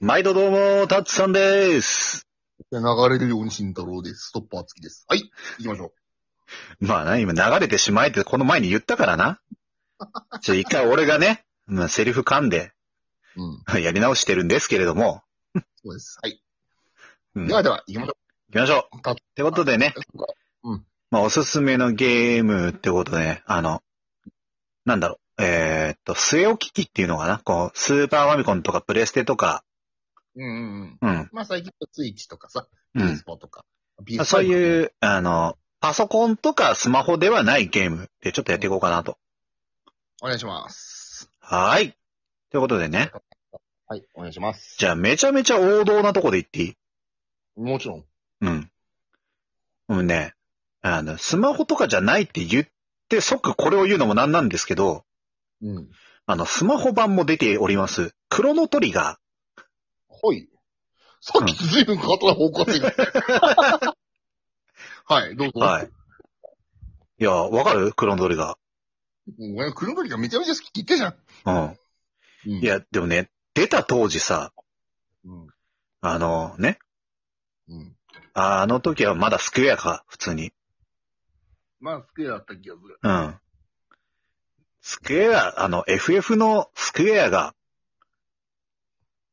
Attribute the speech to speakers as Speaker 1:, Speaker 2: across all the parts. Speaker 1: 毎度どうも、たつさんです。
Speaker 2: 流れるように慎太郎です。ストッパー付きです。はい、行きましょ
Speaker 1: まあな、今流れてしまえってこの前に言ったからな。ちょ、一回俺がね、まあ、セリフ噛んで
Speaker 2: う。うん、
Speaker 1: やり直してるんですけれども。
Speaker 2: そうです。はい。
Speaker 1: うん、
Speaker 2: ではでは、行きましょ
Speaker 1: 行きましょう。
Speaker 2: う。た
Speaker 1: ってことでね、まあおすすめのゲームってことでね、あの、なんだろう、えーっと、据え置き機っていうのかなこう、スーパーファミコンとかプレステとか、
Speaker 2: うんうんう
Speaker 1: う
Speaker 2: ん。
Speaker 1: ん、
Speaker 2: まあ最近はツイッチとかさ、
Speaker 1: う
Speaker 2: ピー
Speaker 1: ん
Speaker 2: ス。ポとか、ピース
Speaker 1: そう
Speaker 2: う。
Speaker 1: いう、あの、パソコンとかスマホではないゲームでちょっとやっていこうかなと。
Speaker 2: お願いします。
Speaker 1: はーい。ということでね。
Speaker 2: はい、お願いします。
Speaker 1: じゃあめちゃめちゃ王道なとこで言っていい
Speaker 2: もちろん。
Speaker 1: うん。もうね、あの、スマホとかじゃないって言って即これを言うのもなんなんですけど、
Speaker 2: うん。
Speaker 1: あの、スマホ版も出ております。クロノトリガ
Speaker 2: ほい。さっき随分変わった方向性が。 はい、どうぞ。
Speaker 1: ー。はい。いや、わかるクロノトリガ
Speaker 2: お前、黒鳥がめちゃめちゃ好きって言ったじゃん。
Speaker 1: ー。うん。
Speaker 2: うん
Speaker 1: い、や、でもね、出た当時さ、
Speaker 2: うん。
Speaker 1: あのね、
Speaker 2: うん。
Speaker 1: あの時はまだスクエアか、普通に。
Speaker 2: まあ、スクエアだった気がする。
Speaker 1: うん。スクエア、あの、FF のスクエアが、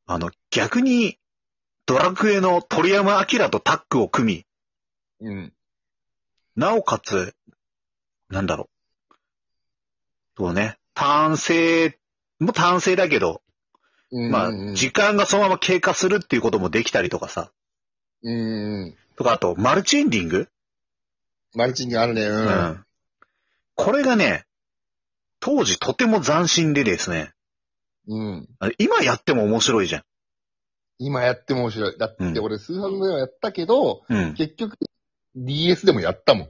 Speaker 1: あの、逆に、ドラクエの鳥山明とタッグを組
Speaker 2: うん。
Speaker 1: み、なおかつ、なんだろう。そうね、単性も単性だけど、
Speaker 2: うん
Speaker 1: まあ
Speaker 2: うんうん、
Speaker 1: 時間がそのまま経過するっていうこともできたりとかさ、
Speaker 2: うんうん。
Speaker 1: とか、あと、マルチエンディング
Speaker 2: マルチにあるね。う。
Speaker 1: うんん。これがね、当時とても斬新でですね、
Speaker 2: うん。
Speaker 1: あの今やっても面白いじゃん。
Speaker 2: 今やっても面白い。だっ
Speaker 1: うん
Speaker 2: て俺、数発目はやったけど、
Speaker 1: うん。
Speaker 2: 結局、DS でもやったもん。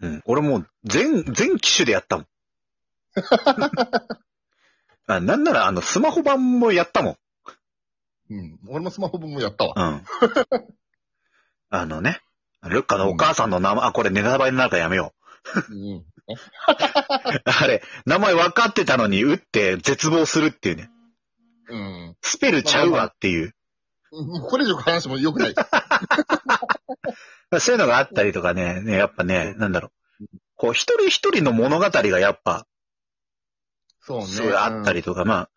Speaker 1: うん。俺もう全、全機種でやったも ん。あなんなら、あの、スマホ版もやったもん。
Speaker 2: うん。俺もスマホ分もや ったわ。
Speaker 1: うん。あのね、ルッカのお母さんの名前、あ、これネタバレになるからやめよ
Speaker 2: うん。
Speaker 1: う。あれ、名前分かってたのに打って絶望するっていうね。
Speaker 2: うん。
Speaker 1: スペルちゃうわっていう。
Speaker 2: もうこれ以上話も良くない。
Speaker 1: そういうのがあったりとかね、ね、やっぱね、なんだろう。こう、一人一人の物語がやっぱ、
Speaker 2: そうね。
Speaker 1: そうあった
Speaker 2: り。
Speaker 1: りとか、まあ、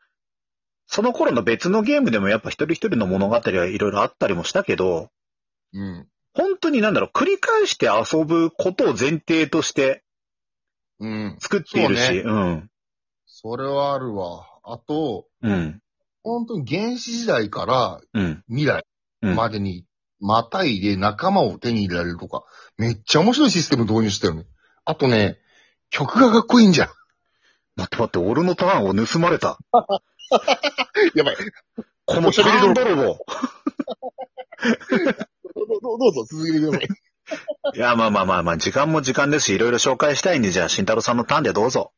Speaker 1: その頃の別のゲームでもやっぱ一人一人の物語はいろいろあったりもしたけど、
Speaker 2: うん。
Speaker 1: 本当になんだろう、繰り返して遊ぶことを前提として
Speaker 2: うん。
Speaker 1: 作っているし、う
Speaker 2: それはあるわ。あと、
Speaker 1: ん。うん。
Speaker 2: 本当に原始時代から
Speaker 1: うん。
Speaker 2: 未来
Speaker 1: うん
Speaker 2: までに、またいで仲間を手に入れられるとか、めっちゃ面白いシステム導入したよね。あとね、曲がかっこいいんじゃん。
Speaker 1: 待って待って、俺のターンを盗まれた。
Speaker 2: やばい。
Speaker 1: この
Speaker 2: おし
Speaker 1: タ
Speaker 2: ゃべり
Speaker 1: ーン
Speaker 2: 泥棒
Speaker 1: 泥棒。
Speaker 2: どうどうどうぞ、続けてください。
Speaker 1: いや、まあまあまあまあ、時間も時間ですし、いろいろ紹介したいんで、じゃあ、慎太郎さんのターンでどうぞ。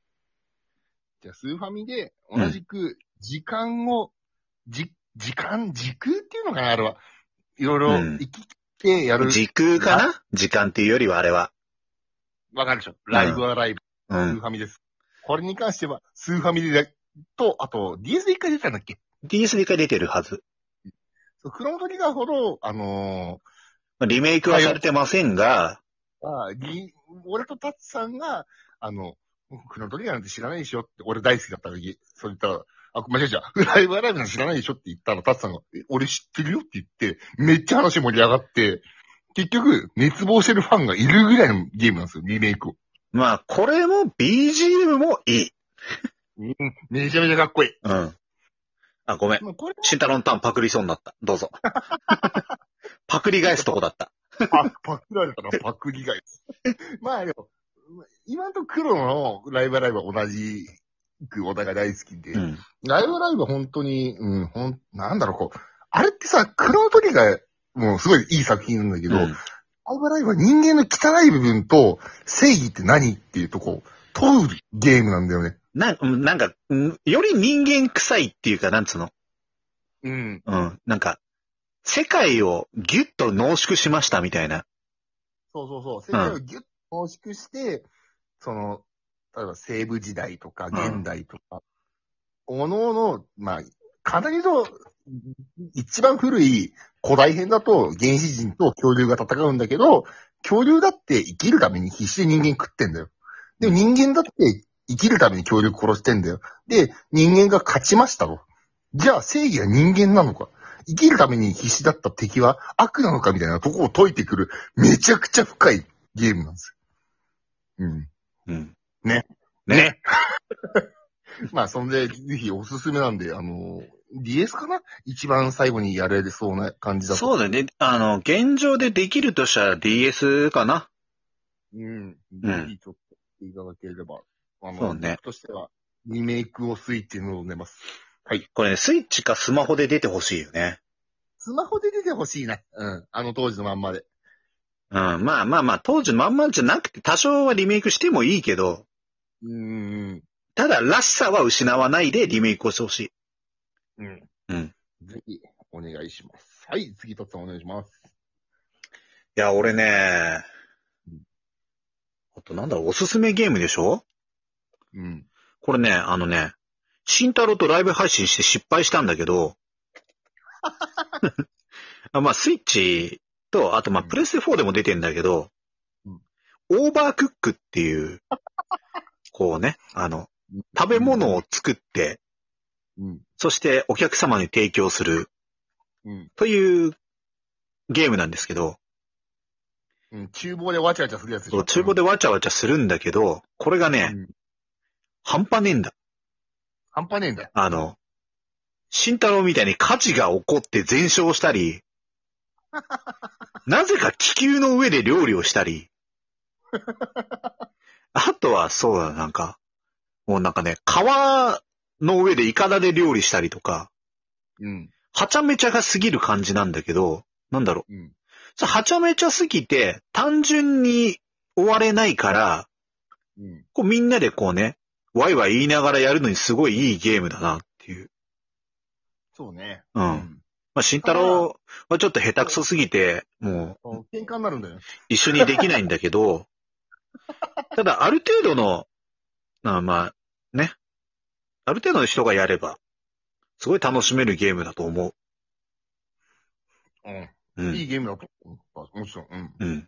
Speaker 2: じゃあ、スーファミで、同じく、時間を、じ、時間、時空っていうのかな、あれは。いろいろ
Speaker 1: うん
Speaker 2: 生きてやる。
Speaker 1: 時空かな時間っていうよりは、あれは。
Speaker 2: わ、かるでしょ。ライブはライブ、
Speaker 1: う
Speaker 2: スー
Speaker 1: ん。
Speaker 2: ファミです。これに関しては、スーファミで、と、あと、DS で一回出たんだっけ
Speaker 1: DS で一回出てるはず。
Speaker 2: そうクロノトリガーほど、あの
Speaker 1: リメイクはされてませんが、
Speaker 2: ーあーぎ俺とタツさんが、あの、クロノトリガーなんて知らないでしょって、俺大好きだった時、そう言ったら、あ、 間違えちゃう。ライブはライブなんて知らないでしょって言ったら、タツさんが、え俺知ってるよって言って、めっちゃ話盛り上がって、結局、熱望してるファンがいるぐらいのゲームなんですよ、リメイクを。
Speaker 1: まあ、これも BGM もいい。
Speaker 2: めちゃめちゃかっこいい。
Speaker 1: うん。あ、ごめん。
Speaker 2: まあこれ
Speaker 1: 慎太郎のターンパクリそうになった。どう ぞ。パクリ返すとこだった。
Speaker 2: パパクら れたらパクリがいいまあでも、今のと黒のライブライブは同じくお互い大好きで、
Speaker 1: うん。
Speaker 2: ライブライブは本当に、うん、ほん、なんだろう、こう、あれってさ、黒の時が、もうすごいいい作品なんだけど、ライブライブは人間の汚い部分と正義って何っていうとこを問うゲームなんだよね。
Speaker 1: なうんなんか、うんより人間臭いっていうか、なんつうの。
Speaker 2: うん。
Speaker 1: うん。なんか、世界をギュッと濃縮しましたみたいな。
Speaker 2: そうそうそう。世界をギュッと濃縮して、その、例えば西部時代とか
Speaker 1: うん
Speaker 2: 現代とか、おのおの、まあ、簡単に言うと、一番古い古代編だと原始人と恐竜が戦うんだけど、恐竜だって生きるために必死で人間食ってんだよ。でも人間だって生きるために恐竜殺してんだよ。で、人間が勝ちましたと。じゃあ正義は人間なのか生きるために必死だった敵は悪なのかみたいなとこを解いてくる、めちゃくちゃ深いゲームなんですよ。うん。
Speaker 1: うん。
Speaker 2: ね。
Speaker 1: ね。
Speaker 2: まあ、そんで、ぜひおすすめなんで、あの、DS かな一番最後にやれそうな感じだと。
Speaker 1: そうだね。あの、現状でできるとしたら DS かな。
Speaker 2: うん。
Speaker 1: う
Speaker 2: ぜ
Speaker 1: ん
Speaker 2: ひちょっとやっていただければ。あの
Speaker 1: そうね
Speaker 2: 僕としては、リメイクをスイッチに臨んでます。
Speaker 1: これね、スイッチかスマホで出てほしいよね。
Speaker 2: スマホで出てほしいな。うん。あの当時のまんまで。
Speaker 1: うん、まあまあまあ、当時のまんまじゃなくて、多少はリメイクしてもいいけど、
Speaker 2: うん。
Speaker 1: ただ、らしさは失わないでリメイクをしてほしい。
Speaker 2: うん。
Speaker 1: うん。
Speaker 2: ぜひ、お願いします。はい、次、とつさんお願いします。
Speaker 1: いや、俺ね、あとなんだろう、おすすめゲームでしょ
Speaker 2: うん。
Speaker 1: これね、あのね、慎太郎とライブ配信して失敗したんだけ ど、あまあ、スイッチと、あとまあ、
Speaker 2: うん
Speaker 1: プレステ4でも出てんだけど、
Speaker 2: うん
Speaker 1: オーバークックっていう、こうね、あの、食べ物を作って、
Speaker 2: うん。
Speaker 1: そしてお客様に提供する
Speaker 2: うん。
Speaker 1: というゲームなんですけど、
Speaker 2: うん。厨房でわちゃわちゃするやつでし
Speaker 1: そう
Speaker 2: ょ
Speaker 1: 厨房でわちゃわちゃするんだけど、これがね、
Speaker 2: うん
Speaker 1: 半端ねえんだ。
Speaker 2: 半端ねえんだよ。
Speaker 1: あの、慎太郎みたいに火事が起こって全焼した り、なぜか気球の上で料理をしたり、あとはそうだ、なんか、もうなんかね、川の上でイカダで料理したりとか、
Speaker 2: うん。
Speaker 1: はちゃめちゃが過ぎる感じなんだけど、なんだろう
Speaker 2: うん。
Speaker 1: そうはちゃめちゃすぎて、単純に終われないから、
Speaker 2: うん。
Speaker 1: こうみんなでこうね、ワイワイ言いながらやるのにすごいいいゲームだなっていう。
Speaker 2: そうね。
Speaker 1: うん。まあ、慎太郎はちょっと下手くそすぎて、もう
Speaker 2: うん。喧嘩になるんだよ。
Speaker 1: 一緒にできないんだけ ど、ただある程度の、まあまあ、ね、ある程度の人がやれば、すごい楽しめるゲームだと思
Speaker 2: うん。
Speaker 1: う。うん。
Speaker 2: いいゲームだと思った。もちろん。うん。
Speaker 1: うん。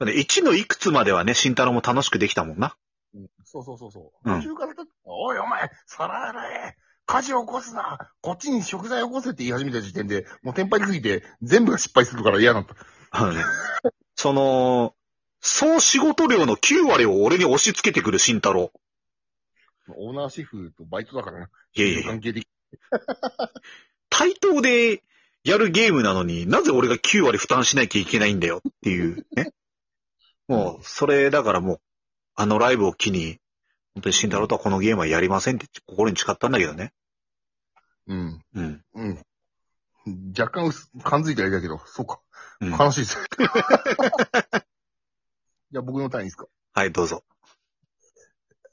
Speaker 1: そうね、1のいくつまではね、慎太郎も楽しくできたもんな。
Speaker 2: うんそうそうそうそう。
Speaker 1: うん
Speaker 2: 途中からだっておいお前、皿洗え火事起こすなこっちに食材起こせって言い始めた時点で、もうテンパりすぎて、全部が失敗するから嫌だった。
Speaker 1: あのね、その、総仕事量の9割を俺に押し付けてくる慎太郎。
Speaker 2: オーナーシェフとバイトだからね。
Speaker 1: いやいやいや、
Speaker 2: 関係的。
Speaker 1: 対等でやるゲームなのになぜ俺が9割負担しなきゃいけないんだよっていうね。もう、それだからもう、あのライブを機に、本当に慎太郎とはこのゲームはやりませんって心に誓ったんだけどね。
Speaker 2: うん。
Speaker 1: うん。
Speaker 2: うん。若干薄、感づいてはいたけど、そうか。
Speaker 1: うん
Speaker 2: 悲しいです。 じゃあ僕のターンいいですか
Speaker 1: はい、どうぞ。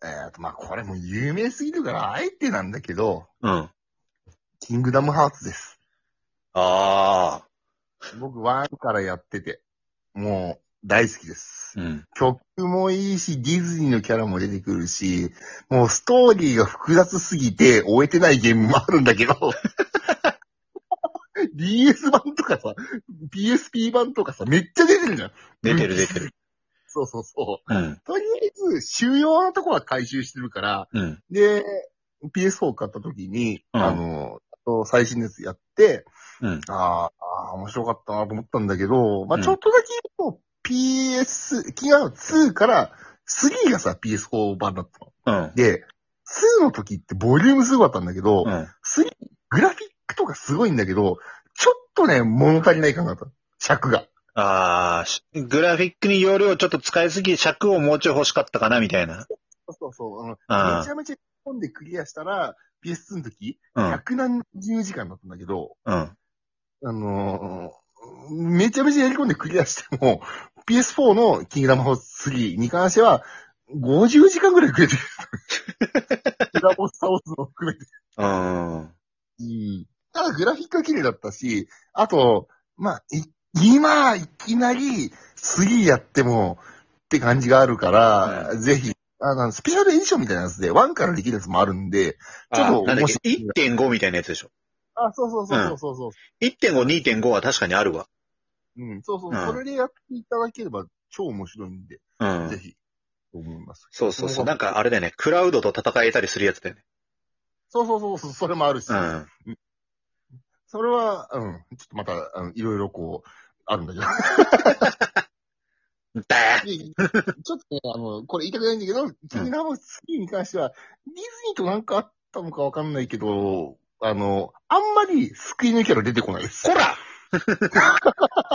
Speaker 2: えっと、まあ、これもう有名すぎるから、あえてなんだけど、
Speaker 1: うん。あ
Speaker 2: キングダムハーツです。
Speaker 1: あ
Speaker 2: 僕、ワンからやってて、もう、大好きです。
Speaker 1: ー。うん。
Speaker 2: 曲もいいし、ディズニーのキャラも出てくるし、もうストーリーが複雑すぎて、終えてないゲームもあるんだけど、DS 版とかさ、PSP 版とかさ、めっちゃ出てるじゃん。
Speaker 1: 出てる出てる。
Speaker 2: そうそうそ
Speaker 1: う
Speaker 2: う。
Speaker 1: ん。
Speaker 2: とりあえず、収容のとこは回収してるから、
Speaker 1: うん。
Speaker 2: で、PS4 買った時に、
Speaker 1: うん
Speaker 2: あの、最新のやつやって、
Speaker 1: うん。
Speaker 2: あーあー、面白かったなと思ったんだけど、ま
Speaker 1: う
Speaker 2: あ
Speaker 1: ん
Speaker 2: ちょっとだけ言うと、PS、違う、2から、3がさ、PS4 版だったの。
Speaker 1: うん。
Speaker 2: で、2の時ってボリュームすごかったんだけど、
Speaker 1: うん。
Speaker 2: 3、グラフィックとかすごいんだけど、ちょっとね、物足りない感があった。尺が。
Speaker 1: ああ、しグラフィックに容量をちょっと使いすぎ、尺をもうちょい欲しかったかな、みたいな。
Speaker 2: そうそう。あの
Speaker 1: あー
Speaker 2: めちゃめちゃ日本でクリアしたら、PS2 の時、
Speaker 1: うん、
Speaker 2: 170時間だったんだけど、
Speaker 1: うん、
Speaker 2: あのーめちゃめちゃやり込んでクリアしても、PS4 のキングダムホース3に関しては、50時間ぐらいくれてる。グラボス倒すのを含めて。
Speaker 1: うん、
Speaker 2: ただグラフィックは綺麗だったし、あと、まあ、い今、いきなり3やってもって感じがあるから、ぜひ、あの、スペシャルエディションみたいなやつで、1からできるやつもあるんで、ちょ
Speaker 1: あ
Speaker 2: っと
Speaker 1: なんだっ
Speaker 2: 面白
Speaker 1: け ?1.5 みたいなやつでしょ。
Speaker 2: あ、そうそうそうそうそう。
Speaker 1: 1.5、2.5は確かにあるわ。
Speaker 2: うん、うん、そうそう、
Speaker 1: うん
Speaker 2: それでやっていただければ超面白いんで、
Speaker 1: う
Speaker 2: ぜ
Speaker 1: ん。
Speaker 2: ひ、と思います。
Speaker 1: そうそうそう。なんかあれだよね。クラウドと戦えたりするやつだよね。
Speaker 2: そうそうそうそう、それもあるし、
Speaker 1: うん。
Speaker 2: それは、うん、ちょっとまた、あのいろいろこう、あるんだけ ど。
Speaker 1: だー
Speaker 2: でちょっとね、あの、これ言いたくないんだけど、君のハマスキーに関しては、ディズニーとなんかあったのかわかんないけど、あの、あんまり救いのキャラ出てこないです。
Speaker 1: こら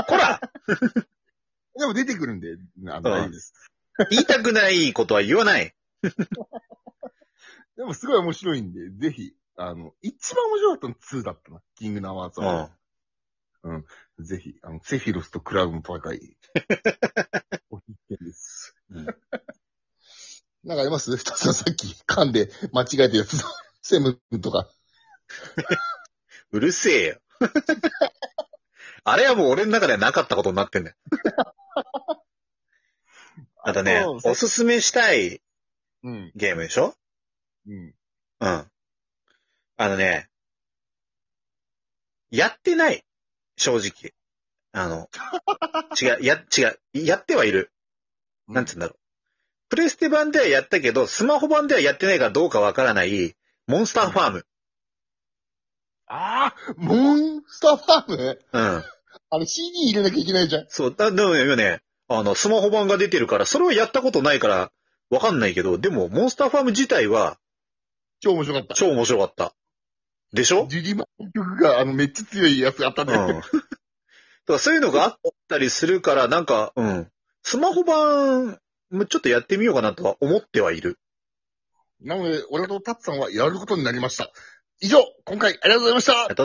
Speaker 1: こら
Speaker 2: でも出てくるんで、
Speaker 1: う
Speaker 2: あの、
Speaker 1: ん
Speaker 2: 大丈夫です。
Speaker 1: 言いたくないことは言わない。
Speaker 2: でもすごい面白いんで、ぜひ、あの、一番面白かったの2だったな、キングナワーズ
Speaker 1: う
Speaker 2: は。
Speaker 1: ん。
Speaker 2: ぜひ、あの、セフィロスとクラウンの戦 い。お必見です。
Speaker 1: うん
Speaker 2: なんかあります二つはさっき噛んで間違えたやつ。 セム君とか。
Speaker 1: うるせえよ。 あれはもう俺の中ではなかったことにな ってんだよ。あとね、
Speaker 2: そう
Speaker 1: おすすめしたい
Speaker 2: うん。
Speaker 1: ゲームでしょ
Speaker 2: うん。
Speaker 1: うん。あのね、やってない。正直。あ の、違う、や、違う、やってはいる。なんつうんだろう。プレステ版ではやったけど、スマホ版ではやってないかどうかわからない、モンスターファーム。
Speaker 2: ああモンスターファーム
Speaker 1: うん。
Speaker 2: あれ CD 入れなきゃいけないじゃん。
Speaker 1: そう、だ、でもね今ね、あの、スマホ版が出てるから、それはやったことないから、わかんないけど、でも、モンスターファーム自体は、
Speaker 2: 超面白かった。
Speaker 1: 超面白かった。でしょ
Speaker 2: ジュリマンの曲が、あの、めっちゃ強いやつがあったん
Speaker 1: うん。
Speaker 2: だ
Speaker 1: だ
Speaker 2: よ。
Speaker 1: からそういうのがあったりするから、なんか、うん。スマホ版、もちょっとやってみようかなとは思ってはいる。
Speaker 2: なので、俺とタツさんはやることになりました。以上、今回ありがとうございました。